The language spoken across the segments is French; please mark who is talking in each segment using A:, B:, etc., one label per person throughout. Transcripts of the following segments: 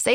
A: Say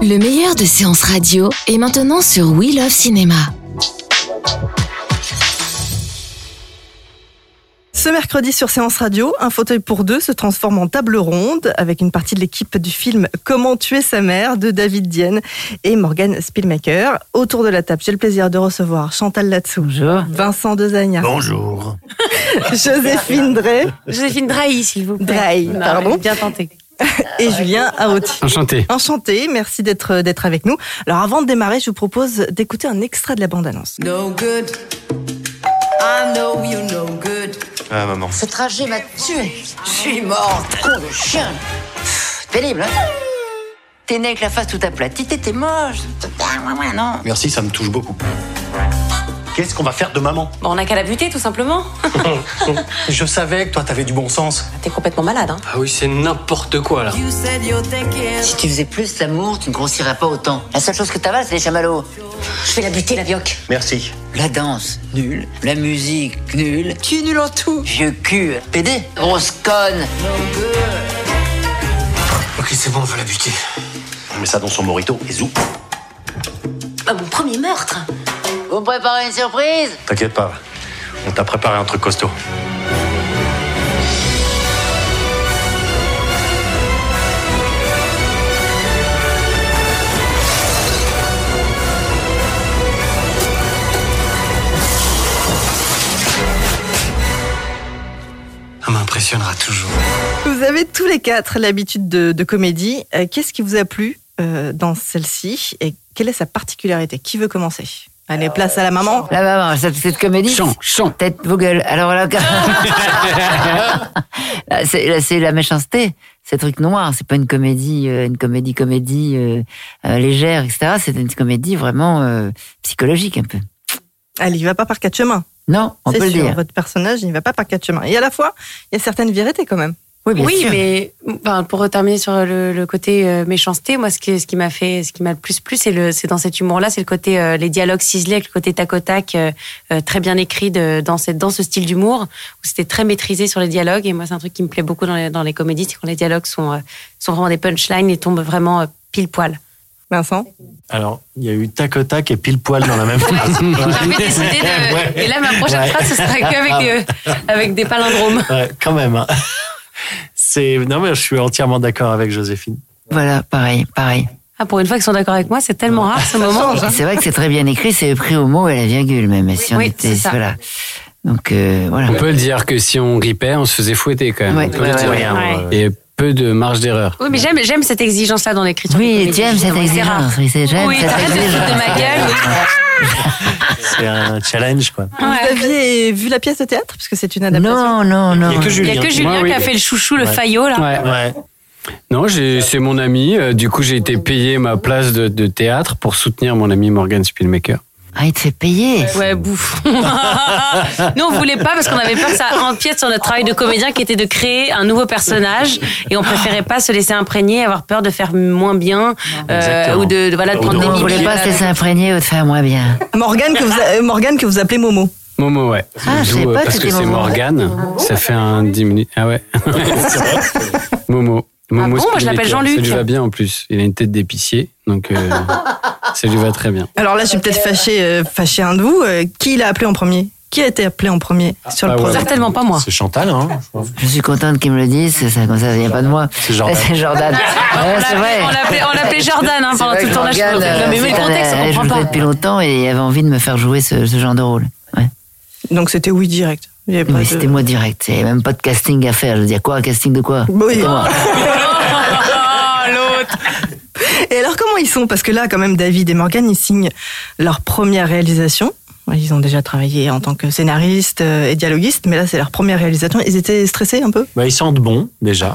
B: Le meilleur de séances radio est maintenant sur We Love Cinéma.
C: Ce mercredi sur Séance Radio, un fauteuil pour deux se transforme en table ronde avec une partie de l'équipe du film Comment tuer sa mère de David Dienne et Morgan Spielmaker. Autour de la table, j'ai le plaisir de recevoir Chantal Latsou,
D: Bonjour.
C: Vincent Dezagna,
E: Bonjour.
C: Joséphine Drey
D: Joséphine Drahi, s'il vous plaît.
C: Drahi,
D: Non,
C: pardon.
D: Bien tenté.
C: et Julien Aouti.
E: Enchanté.
C: Enchanté, merci d'être d'être avec nous. Alors avant de démarrer, je vous propose d'écouter un extrait de la bande-annonce.
F: No good. I know you no good.
E: Ah maman.
G: Ce trajet m'a tué.
F: Je suis morte.
G: Con de chien. Pénible, hein T'es né avec la face tout aplatie, t'étais moche. Ouais, ouais, non.
E: Merci, ça me touche beaucoup. Qu'est-ce qu'on va faire de maman
D: Bon, on n'a qu'à la buter, tout simplement.
E: Je savais que toi t'avais du bon sens.
D: T'es complètement malade, hein.
H: Ah oui, c'est n'importe quoi là.
F: You said you're thinking.
G: Si tu faisais plus l'amour, tu ne grossirais pas autant. La seule chose que t'avales, c'est les chamallows.
D: Je vais la buter, la vioque.
E: Merci.
G: La danse, nulle. La musique, nulle.
F: Tu es nul en tout.
G: Vieux cul, pédé. Grosse conne.
H: Ok, c'est bon, on va la buter.
E: On met ça dans son morito et zou.
D: Ah, mon premier meurtre.
G: Vous me préparez une surprise
E: T'inquiète pas. On t'a préparé un truc costaud.
H: Elle m'impressionnera toujours.
C: Vous avez tous les quatre l'habitude de, de comédie. Euh, Qu'est-ce qui vous a plu euh, dans celle-ci et quelle est sa particularité Qui veut commencer
G: Euh,
C: Allez, place à la maman.
G: La maman, cette, cette comédie.
H: Chant, chant.
G: Tête, vos gueules. Alors là, là, c'est là, c'est la méchanceté. C'est un truc noir. C'est pas une comédie, euh, une comédie, comédie euh, euh, légère, etc. C'est une comédie vraiment euh, psychologique un peu.
C: Elle y va pas par quatre chemins.
G: Non, on
C: C'est
G: peut
C: sûr,
G: le dire.
C: votre personnage n'y va pas par quatre chemins. Et à la fois, il y a certaines vérités quand même.
G: Oui, bien
D: oui,
G: sûr.
D: mais enfin, pour terminer sur le, le côté euh, méchanceté, moi, ce qui, ce qui m'a fait, ce qui m'a le plus plu, c'est le, c'est dans cet humour-là, c'est le côté euh, les dialogues ciselés, avec le côté tac au tac, euh, euh, très bien écrit de- dans cette, dans ce style d'humour où c'était très maîtrisé sur les dialogues. Et moi, c'est un truc qui me plaît beaucoup dans les, dans les comédies, c'est quand les dialogues sont, euh, sont vraiment des punchlines et tombent vraiment euh, pile poil.
C: Vincent
I: Alors, il y a eu tac au tac et pile poil dans la même phrase.
D: J'ai un peu décidé de-
I: Ouais.
D: Et là, ma prochaine
I: Ouais.
D: phrase, ce sera qu'avec
G: Ah.
D: des, avec des palindromes.
I: Ouais, quand même. hein. C'est non mais je suis entièrement d'accord avec Joséphine.
G: Voilà, pareil, pareil.
D: Ah, pour une fois qu'ils sont d'accord avec moi, c'est tellement rare ce moment.
G: Et C'est vrai que c'est très bien écrit. C'est pris au mot et à la virgule même. et si on
D: oui,
G: était-
D: c'est ça.
G: voilà. Donc euh, voilà.
H: On peut le dire que si on ripait, on se faisait fouetter quand même.
G: Ouais.
H: On peut le
G: Ouais,
H: dire.
D: ouais, ouais.
I: euh,
H: Et peu de marge d'erreur.
D: Oui, mais j'aime, j'aime cette exigence-là dans l'écriture.
G: Oui,
D: des
G: tu aimes
D: comédies,
G: cette
D: c'est rare.
G: exigence. Oui, c'est j'aime
D: Oui,
G: cette
D: t'arrêtes de te foutre de
G: exigence.
D: ma gueule.
I: C'est un challenge quoi.
C: Vous
D: Ouais.
C: aviez vu la pièce de théâtre Parce que c'est une adaptation.
G: Non, non, non.
I: Il y a que
D: Il y
I: Julien.
D: a que Julien
H: Ouais,
D: qui
H: oui.
D: a fait le chouchou, le
I: Ouais.
D: faillot, là.
H: Ouais.
I: Ouais.
H: Non, j'ai- c'est mon ami. euh, Du coup, j'ai été payé ma place de, de théâtre pour soutenir mon ami Morgan Spielmaker.
G: Ah, il te fait payer.
D: Ouais, bouffon. Nous, on voulait pas parce qu'on avait peur que ça empiète sur notre travail de comédien qui était de créer un nouveau personnage et on préférait pas se laisser imprégner, avoir peur de faire moins bien euh,
I: Exactement.
D: ou de, de- voilà, de
I: Ou
D: prendre des
I: de-
G: On
I: Non,
G: ne
I: mais
G: voulait
D: mimiques.
G: pas se laisser imprégner ou te faire moins bien.
C: Morgane, que vous, a- euh, Morgane, que vous appelez Momo.
H: Momo, ouais.
G: Ah, je
H: D'où,
G: savais
H: euh,
G: pas que
H: Parce que
G: c'était
H: c'est
G: Momo.
H: Morgan. Ça fait un 10 minutes. Ah ouais. Momo. Momo
D: Ah bon, moi, je l'appelle
H: Spielmaker.
D: Jean-Luc.
H: Ça lui va bien en plus. Il a une tête d'épicier. Donc, euh, ça lui va très bien.
C: Alors là, je suis peut-être fâchée, euh, fâchée un de vous. Euh, qui l'a appelé en premier Qui a été appelé en premier sur le
H: Ah ouais.
C: projet
D: Certainement pas moi.
I: C'est Chantal, hein je crois.
G: Je suis contente qu'ils me le disent, c'est ça, comme ça, il n'y a pas de moi.
I: C'est Jordan.
G: C'est Jordan. Ouais, c'est vrai.
D: On l'appelait- on l'appelait Jordan hein,
G: C'est
D: pendant
G: vrai
D: tout le
G: que
D: tournage.
G: Morgane, euh,
D: Non, mais le
G: cette
D: contexte,
G: année,
D: on
G: je le
D: comprend
G: connais
D: pas.
G: depuis longtemps et il avait envie de me faire jouer ce, ce genre de rôle. Ouais.
C: Donc c'était oui direct. Il y avait pas
G: Mais
C: de-
G: c'était moi direct. Il n'y avait même pas de casting à faire. Je veux dire, quoi, un casting de quoi
C: Oui.
G: C'était moi.
C: Et alors comment ils sont Parce que là, quand même, David et Morgan, ils signent leur première réalisation. Ouais, Ils ont déjà travaillé en tant que scénaristes euh, et dialoguistes, mais là, c'est leur première réalisation. Ils étaient stressés un peu
I: Bah, ils sentent bon, déjà.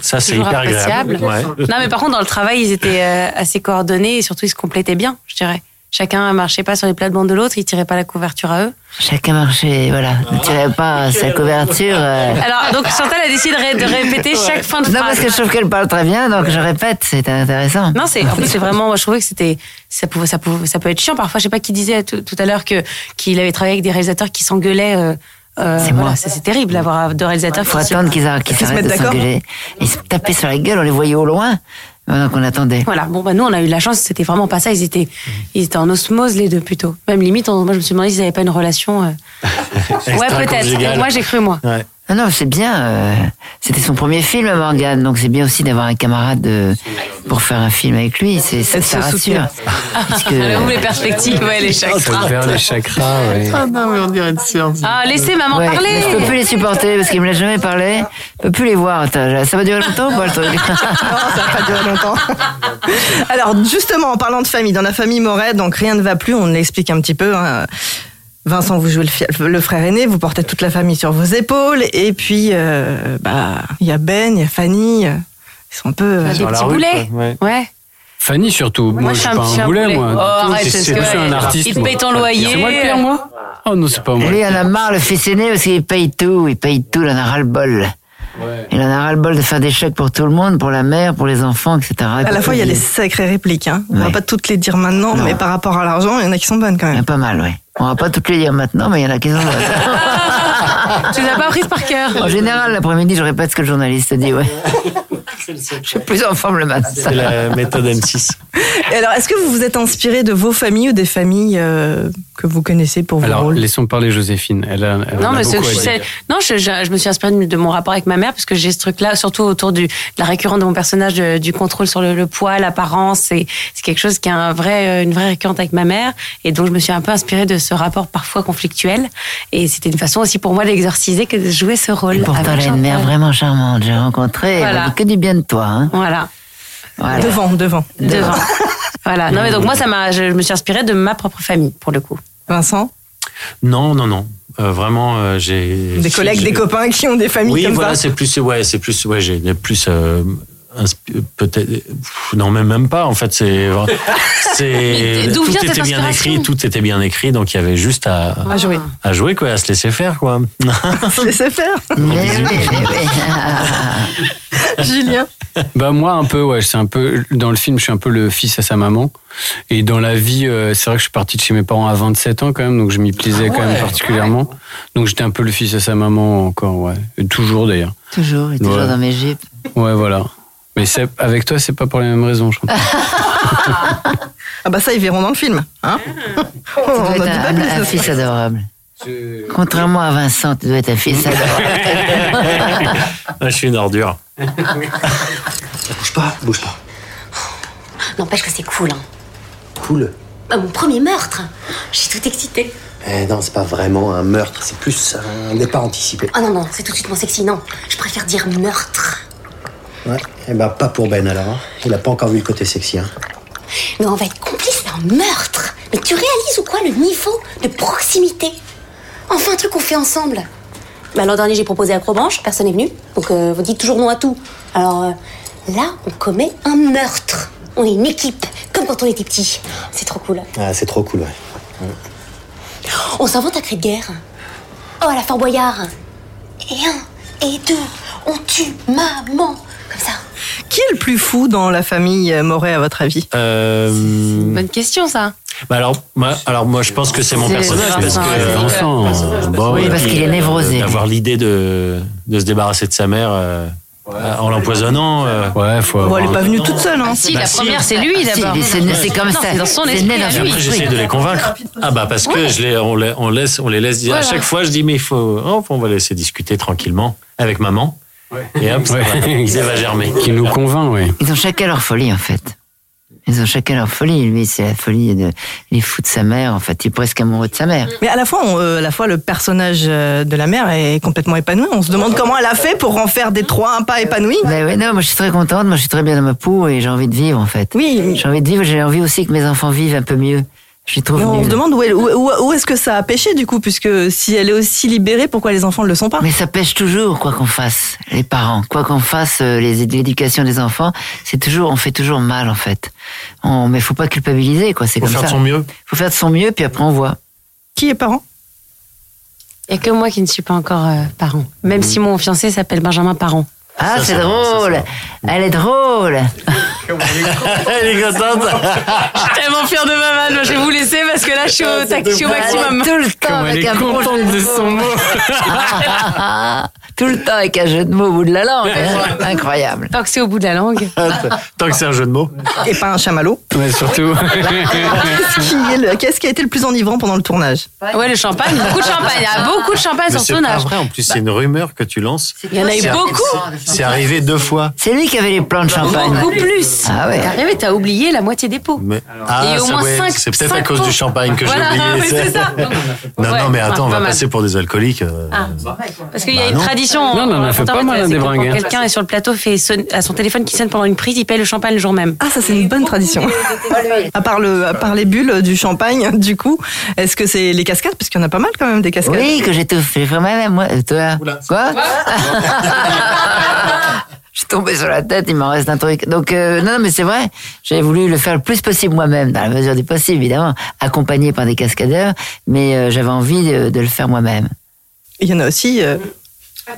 I: Ça, c'est
D: Toujours
I: hyper agréable.
D: appréciable.
I: Ouais.
D: Non, mais par contre, dans le travail, ils étaient euh, assez coordonnés et surtout, ils se complétaient bien, je dirais. Chacun marchait pas sur les plates-bandes de l'autre, ils tiraient pas la couverture à eux.
G: Chacun marchait, voilà. Ne tirait pas sa couverture. euh.
D: Alors, donc Chantal a décidé de, ré- de répéter chaque fin de
G: Non,
D: phrase.
G: parce que je trouve qu'elle parle très bien, donc je répète, c'est intéressant.
D: Non, c'est en plus, c'est vraiment. Moi, je trouvais que c'était ça pouvait ça pouvait ça peut être chiant parfois. Je sais pas qui disait tout, tout à l'heure que qu'il avait travaillé avec des réalisateurs qui s'engueulaient. euh, euh,
G: C'est
D: voilà,
G: moi.
D: ça, c'est terrible d'avoir deux réalisateurs.
G: Il faut
D: qui se-
G: attendre qu'ils arrêtent qu'ils
C: Qu'ils se
G: s'arrêtent
C: mettent
G: de
C: d'accord.
G: s'engueuler. Ils se tapaient sur la gueule, on les voyait au loin, pendant qu'on attendait.
D: Voilà. Bon, bah nous, on a eu de la chance. C'était vraiment pas ça. Ils étaient ils étaient en osmose les deux plutôt. Même limite, on- moi, je me suis demandé s'ils avaient pas une relation. euh, Ouais, peut-être.
I: Extra-conjugale.
D: Moi, j'ai cru moi.
I: Ouais.
G: Non, Ah non, c'est bien. euh, C'était son premier film, Morgane, donc c'est bien aussi d'avoir un camarade euh, pour faire un film avec lui. C'est ça,
C: Elle se
G: ça rassure.
C: soutient.
G: Parce que-
D: Alors, vous, Ah, les perspectives, ouais, les chakras.
H: Vers les chakras, ouais.
D: Ah, laissez maman
G: Ouais,
D: parler.
G: mais je peux plus les supporter parce qu'il me l'a jamais parlé. Je peux plus les voir. Attends, Ça va durer longtemps ou pas le truc
C: Non, Ah, ça n'a pas duré longtemps. Alors, justement, en parlant de famille, dans la famille Moret, donc rien ne va plus, on l'explique un petit peu. hein. Vincent, vous jouez le, fi- le frère aîné, vous portez toute la famille sur vos épaules, et puis, euh, bah, il y a Ben, il y a Fanny, euh, ils sont un peu. euh,
D: Des
I: Dans la
D: petits
I: rue,
D: boulets.
I: quoi. Ouais.
D: Ouais.
H: Fanny surtout. Moi, je suis pas
D: petit
H: un boulet, moi.
D: Oh, arrête, c'est
H: C'est- c'est-
D: ce
H: je
D: que-
H: suis un artiste.
D: Il te
H: moi.
D: paye ton loyer.
H: C'est moi le pire, moi Oh non, c'est pas moi.
G: Lui, il en a marre, le fils aîné, parce qu'il paye tout. Il paye tout, il en a ras-le-bol. Il en a ras-le-bol de faire des chèques pour tout le monde, pour la mère, pour les enfants, etc.
C: À la fois, il y a des sacrées répliques. Hein. On va
G: Ouais.
C: pas toutes les dire maintenant, mais par rapport à l'argent, il y en a qui sont bonnes quand
G: Il y en
C: même.
G: a pas mal, ouais. On va pas toutes les dire maintenant, mais il y en a qui sont
D: Tu les as pas prises par cœur.
G: En général, l'après-midi, je répète ce que le journaliste dit, ouais. Je suis plus en forme le matin.
I: C'est la méthode M6.
C: Et alors, est-ce que vous vous êtes inspiré de vos familles ou des familles euh, que vous connaissez pour vos
H: Alors,
C: rôles
H: laissons parler Joséphine. Elle a, elle en
D: Non,
H: a
D: mais c'est-
H: beaucoup à
D: je,
H: dire.
D: sais- non je, je, je me suis inspirée de, de mon rapport avec ma mère parce que j'ai ce truc-là, surtout autour du, de la récurrente de mon personnage, de- du contrôle sur le, le poids, l'apparence. C'est c'est quelque chose qui a un vrai, euh, une vraie récurrente avec ma mère. Et donc, je me suis un peu inspirée de ce rapport parfois conflictuel. Et c'était une façon aussi pour moi d'exorciser que de jouer ce rôle.
G: Et pourtant,
D: avec
G: elle a une mère
D: Ah, Chantal.
G: vraiment charmante. J'ai rencontré, elle
D: Voilà.
G: m'a dit que du bien de toi. Hein.
D: Voilà.
G: Voilà.
C: Devant, devant.
D: Devant. voilà. Non, mais donc, moi, ça m'a, je, je me suis inspirée de ma propre famille, pour le coup.
C: Vincent
I: Non, non, non. Euh, vraiment, euh, j'ai.
C: Des collègues,
I: j'ai-
C: des copains qui ont des familles
I: Oui,
C: comme
I: voilà,
C: ça
I: c'est plus, ouais, c'est plus, ouais, j'ai j'ai plus. euh, inspi- Peut-être pff, non mais même pas en fait c'est
D: Mais
I: c'est
D: d'où
I: tout
D: vient cette
I: était bien
D: inspiration
I: écrit tout était bien écrit donc il y avait juste à,
C: Ah, jouer.
I: à jouer quoi à se laisser faire quoi
C: Je laissez faire.
G: Mais oui, mais oui.
C: Julien
H: Bah moi un peu ouais, c'est un peu dans le film je suis un peu le fils à sa maman et dans la vie euh, c'est vrai que je suis parti de chez mes parents à 27 ans quand même donc je m'y plaisais quand même particulièrement. Donc j'étais un peu le fils à sa maman encore ouais, Et toujours d'ailleurs.
G: Toujours, et toujours
H: Ouais.
G: dans mes jupes.
H: Ouais voilà. Mais c'est- avec toi c'est pas pour les mêmes raisons je crois.
C: Ah bah ça, ils verront dans le film. Hein
G: Ah. Tu
C: On en
G: dois
C: dit
G: être
C: pas
G: un, un- un
C: plus.
G: fils adorable. Contrairement à Vincent, tu dois être un fils adorable.
I: Ah, je suis une ordure
E: Bouge pas, bouge pas.
J: N'empêche que c'est cool. Hein.
E: Cool.
J: Ah, mon premier meurtre Je suis toute excitée.
E: Eh non, c'est pas vraiment un meurtre, c'est plus un départ anticipé.
J: Ah non, non, c'est tout de suite moins sexy, non. Je préfère dire meurtre.
E: Ouais, eh ben pas pour Ben alors. hein. Il a pas encore vu le côté sexy. Hein.
J: Mais on va être complice d'un meurtre Mais tu réalises ou quoi le niveau de proximité Enfin, un truc qu'on fait ensemble Bah, l'an dernier, j'ai proposé à Crobanche, personne n'est venu. Donc, euh, vous dites toujours non à tout. Alors, euh, là, on commet un meurtre. On est une équipe, comme quand on était petit. C'est trop cool.
E: Ah, c'est trop cool, ouais.
J: On s'invente un cri de guerre. Oh, à la Fort Boyard. Et un, et deux, on tue maman. Comme ça.
C: Qui est le plus fou dans la famille euh, Moret, à votre avis
I: Ah, Euh,
D: Bonne question, ça.
K: Ah,
I: bah alors moi, alors moi je pense que c'est mon
D: C'est
I: personnage
D: Vincent,
I: parce que
D: c'est
I: euh,
H: Vincent,
I: Bon,
G: Oui,
I: et
G: parce
I: puis,
G: qu'il est
I: euh,
G: névrosé, lui.
I: D'avoir l'idée de, de se débarrasser de sa mère, euh, Euh, en l'empoisonnant. euh,
H: Ouais, faut.
C: Bon, elle est
I: avoir-
C: pas venue toute seule. Hein.
K: Ah si,
I: Bah,
K: la
I: si.
K: première, c'est lui
G: Ah, si,
K: d'abord.
G: mais c'est- c'est comme
K: Non,
G: ça.
K: C'est dans son
G: C'est
K: esprit.
G: né
K: à
G: dans
I: Et
G: son
K: lui.
I: après, j'essaie de les convaincre. Ah bah parce que je les, on, les, on laisse, on les laisse dire. À
K: Voilà.
I: chaque fois, je dis mais il faut, hop, on va laisser discuter tranquillement avec maman. Et hop, ça
H: Ouais.
I: va. Ils va germer.
H: Qui nous convainc, oui.
G: Ils ont chacun leur folie, en fait. Ils ont chacun leur folie. Lui, c'est la folie de. Il est fou de sa mère, en fait. Il est presque amoureux de sa mère.
C: Mais à la fois, on- euh, à la fois, le personnage euh, de la mère est complètement épanoui. On se
G: Ah.
C: demande comment elle a fait pour en faire des trois un pas épanouis.
G: Ben ouais, non, moi je suis très contente, moi je suis très bien dans ma peau et j'ai envie de vivre en fait.
C: Oui.
G: J'ai envie de vivre, j'ai envie aussi que mes enfants vivent un peu mieux. Je les trouve
C: Mais on
G: nuls.
C: se demande où, est- où- où- où est-ce que ça a péché du coup, puisque si elle est aussi libérée, pourquoi les enfants ne le sont pas
G: Mais ça pêche toujours, quoi qu'on fasse, les parents, quoi qu'on fasse, euh, les- l'éducation des enfants, c'est toujours, on fait toujours mal en fait. On, mais faut pas culpabiliser, quoi, c'est
I: Faut
G: comme
I: faire de
G: ça.
I: son mieux.
G: Faut faire de son mieux, puis après on voit.
C: Qui est parent
D: Il n'y a que moi qui ne suis pas encore euh, parent. Même si mon fiancé s'appelle Benjamin Parent.
G: Ah,
I: Ça,
G: c'est
I: ça va,
G: drôle,
I: ça,
G: elle est drôle.
I: Elle est contente.
D: Ah, Tellement fière de ma vanne, moi, je vais vous laisser parce que là je suis
K: Ah,
D: au, tac- je suis au maximum.
G: Tout le temps
H: Comme elle
G: avec
H: est
G: un gros jeu
H: contente de son mot.
G: tout le temps avec un jeu de mots au bout de la langue, hein. incroyable.
D: Tant que c'est au bout de la langue.
I: Tant que c'est un jeu de mots.
C: Et pas un chamallow.
H: Ouais, surtout.
C: Qu'est-ce qui, est le- qu'est-ce qui a été le plus enivrant pendant le tournage
D: Ouais, le champagne, beaucoup de champagne. Il y a beaucoup de champagne
I: Mais
D: sur
I: c'est
D: son
I: pas
D: âge.
I: vrai. En plus, c'est une rumeur que tu lances.
D: Bah. Il y en a eu
I: C'est-
D: beaucoup.
I: c'est- C'est arrivé deux fois.
G: C'est lui qui avait les plans de champagne.
D: Beaucoup plus.
G: Ah ouais.
D: Arrivé, t'as oublié la moitié des pots.
I: Mais, ah,
D: Et au
I: ça,
D: moins
I: ouais,
D: cinq-
I: c'est peut-être à
D: cinq
I: cause
D: pots.
I: du champagne que
D: Voilà,
I: j'ai oublié.
D: oui, c'est ça. Donc,
I: Non,
D: ouais,
I: non, mais attends, on
D: pas
I: va
D: mal. Ah.
I: passer pour des alcoholiques. euh,
D: Parce qu'il y a
I: Bah
D: une
I: non.
D: tradition.
H: Non, non, on a fait
D: en
H: pas
D: fait,
H: mal, hein,
D: c'est
H: des
D: que quand
H: bringues, hein.
D: Quelqu'un est sur le plateau, fait sonne- à son téléphone qui sonne pendant une prise, il paye le champagne le jour même.
C: Ah, ça c'est une bonne tradition. À part, le, à part les bulles du champagne, du coup, est-ce que c'est les cascades Parce qu'il y en a pas mal quand même des cascades.
G: Oui, que j'ai tout fait moi-même, moi. euh, Toi,
I: Oula.
G: quoi Je suis tombée sur la tête, il m'en reste un truc. Donc, euh, non, non, mais c'est vrai, j'ai voulu le faire le plus possible moi-même, dans la mesure du possible, évidemment, accompagné par des cascadeurs, mais euh, j'avais envie de, de le faire moi-même.
C: Il y en a aussi. euh,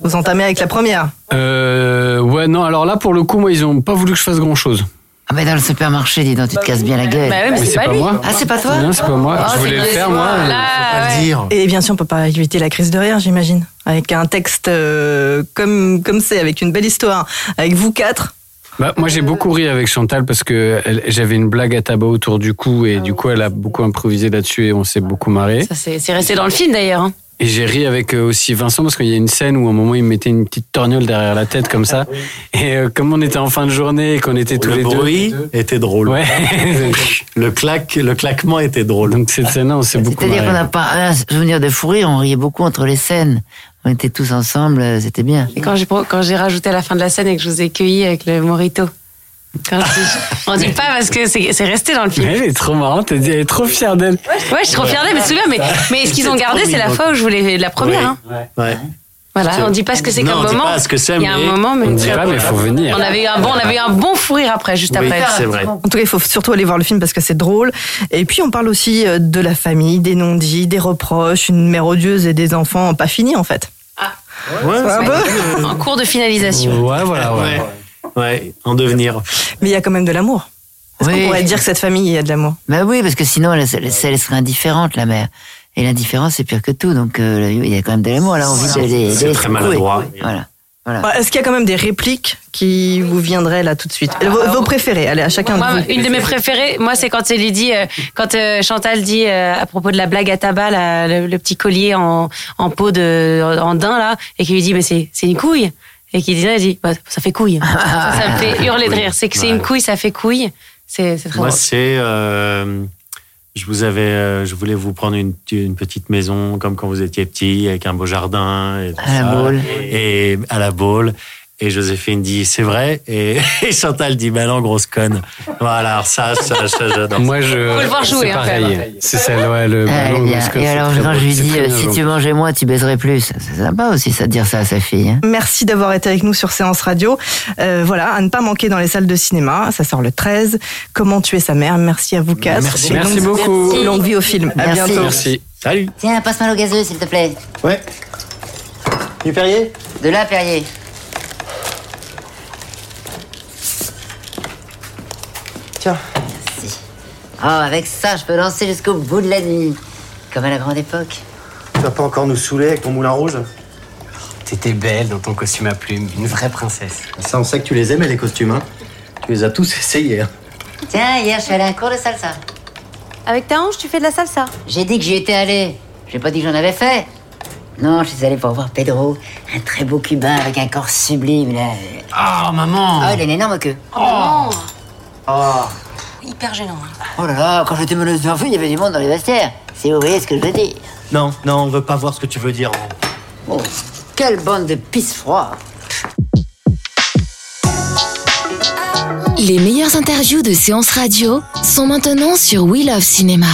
C: vous entamez avec la première.
H: Euh, ouais, non, alors là, pour le coup, moi, ils ont pas voulu que je fasse grand chose.
G: Ah, mais dans le supermarché, dis donc, tu te casses bien la gueule.
D: Bah oui, mais c'est pas lui.
H: moi.
G: Ah, c'est pas toi
H: Non, c'est pas moi.
G: Ah,
H: je voulais
G: c'est
H: le
G: bien.
H: faire, moi.
I: Faut
D: Là,
I: pas
D: ouais.
I: le dire.
C: Et bien sûr, on peut pas éviter la crise de rire, j'imagine. Avec un texte euh, comme comme c'est, avec une belle histoire, avec vous quatre.
H: Bah, moi, j'ai beaucoup ri avec Chantal parce que elle- j'avais une blague à tabac autour du cou et du coup, elle a beaucoup improvisé là-dessus et on s'est beaucoup marré.
D: Ça, c'est c'est resté dans le film d'ailleurs. hein.
H: Et j'ai ri avec euh, aussi Vincent parce qu'il y a une scène où à un moment il me mettait une petite torgnole derrière la tête comme ça. Et euh, comme on était en fin de journée et qu'on était tous
I: Le
H: les
I: bruit était drôle.
H: deux. Ouais.
I: Le, claque, le claquement était drôle.
H: Donc cette scène-là, on s'est beaucoup
G: C'est-à-dire qu'on
H: marré.
G: n'a pas un souvenir de fou rire, on riait beaucoup entre les scènes. On était tous ensemble, euh, c'était bien.
D: Et quand j'ai quand j'ai rajouté à la fin de la scène et que je vous ai cueilli avec le morito. Quand je dis- on dit pas parce que c'est c'est resté dans le film.
H: Mais Elle est trop marrante, elle dit- elle est trop fière d'elle.
D: Ouais, je suis trop fière d'elle, mais tu te souviens, mais, mais ce qu'ils ont gardé, c'est la fois où je voulais la première.
I: Oui.
D: hein.
I: Ouais.
D: Voilà, on dit pas ce que c'est
I: Non,
D: qu'un
I: on dit
D: moment.
I: pas ce que c'est,
D: Il y a un
I: mais-
D: moment, mais
H: On dira, mais faut venir.
D: on avait eu un bon, on avait eu un bon fou rire après, juste
I: Oui,
D: après.
I: c'est vrai.
C: En tout cas, il faut surtout aller voir le film parce que c'est drôle. Et puis, on parle aussi euh, de la famille, des non-dits, des reproches, une mère odieuse et des enfants pas finis en fait.
I: Ouais,
C: Un
I: c'est-
C: peu.
D: En cours de finalisation.
H: Ouais, voilà, ouais.
I: ouais. Ouais, en devenir.
C: Mais il y a quand même de l'amour. Est-ce
G: Oui.
C: qu'on pourrait dire que cette famille, il y a de l'amour
G: Bah oui, parce que sinon, elle, elle- elle serait indifférente, la mère. Et l'indifférence, c'est pire que tout. Donc, euh, il y a quand même de l'amour, là. envie de les- de
I: C'est
G: les
I: très
G: secouer.
I: maladroit.
G: Voilà. voilà.
C: Est-ce qu'il y a quand même des répliques qui vous viendraient là tout de suite vos, vos préférés, allez, à chacun
D: Moi,
C: de vous.
D: une de mes préférées, moi, c'est quand il dit, euh, quand euh, Chantal dit euh, à propos de la blague à tabac, la- le, le petit collier en, en peau de en daim là, et qu'il lui dit, mais c'est c'est une couille, et qu'il dit, là, il dit, bah, ça fait couille.
C: Ah,
D: ça, ça me fait hurler de rire. C'est que c'est une couille, ça fait couille. C'est c'est très
I: Moi,
D: drôle.
I: c'est. euh, je vous avais, euh, je voulais vous prendre une, une petite maison comme quand vous étiez petit, avec un beau jardin. Et tout
G: À la
I: ça.
G: Baule.
I: Et à la boule. Et Joséphine dit, c'est vrai. Et, et Chantal dit, bah non, grosse conne. Voilà, alors ça, ça, ça, j'adore.
H: Moi, je.
D: Faut le voir jouer,
H: euh, C'est
D: hein, Euh, quand
H: pareil. C'est celle, ouais, le
G: Ah,
H: ballon.
G: bien.
H: parce que
G: Et
H: c'est
G: alors,
H: très
G: quand
H: beau,
G: je lui
H: c'est
G: dis,
H: très
G: euh,
H: bien
G: si
H: joué.
G: tu mangeais moins, tu baiserais plus. C'est sympa aussi, ça, de dire ça à sa fille. hein.
C: Merci d'avoir été avec nous sur Séance Radio. Euh, voilà, à ne pas manquer dans les salles de cinéma. Ça sort le 13. Comment tuer sa mère Merci à vous quatre.
I: Merci.
C: Et
H: Merci
C: longue-
H: beaucoup.
C: et Longue vie au film. À
G: Merci.
C: bientôt.
H: Merci.
I: Salut.
G: Tiens, passe-moi le gazeux, s'il te plaît.
E: Ouais. Du Perrier
G: De là, Perrier.
E: Tiens.
G: Merci. Oh, avec ça, je peux danser jusqu'au bout de la nuit. Comme à la grande époque.
E: Tu vas pas encore nous saouler avec ton moulin rouge
I: T'étais belle dans ton costume à plumes, une vraie princesse.
E: Ça, on sait que tu les aimais, les costumes, hein Tu les as tous essayés. hein.
G: Tiens, hier, je suis allée à un cours de salsa.
D: Avec ta hanche, tu fais de la salsa
G: J'ai dit que j'y étais allée. J'ai pas dit que j'en avais fait. Non, je suis allée pour voir Pedro, un très beau cubain avec un corps sublime. Là.
I: Oh, maman
G: Ah, il a une énorme queue.
D: Oh,
G: Oh,
D: Hyper gênant. hein.
G: oh là là, quand j'étais meneuse de revue, il y avait du monde dans les vestiaires. Si vous voyez ce que je veux dire.
I: Non, non, on veut pas voir ce que tu veux dire.
G: Oh, quelle bande de pisse froid.
J: Les meilleures interviews de séances radio sont maintenant sur We Love Cinéma.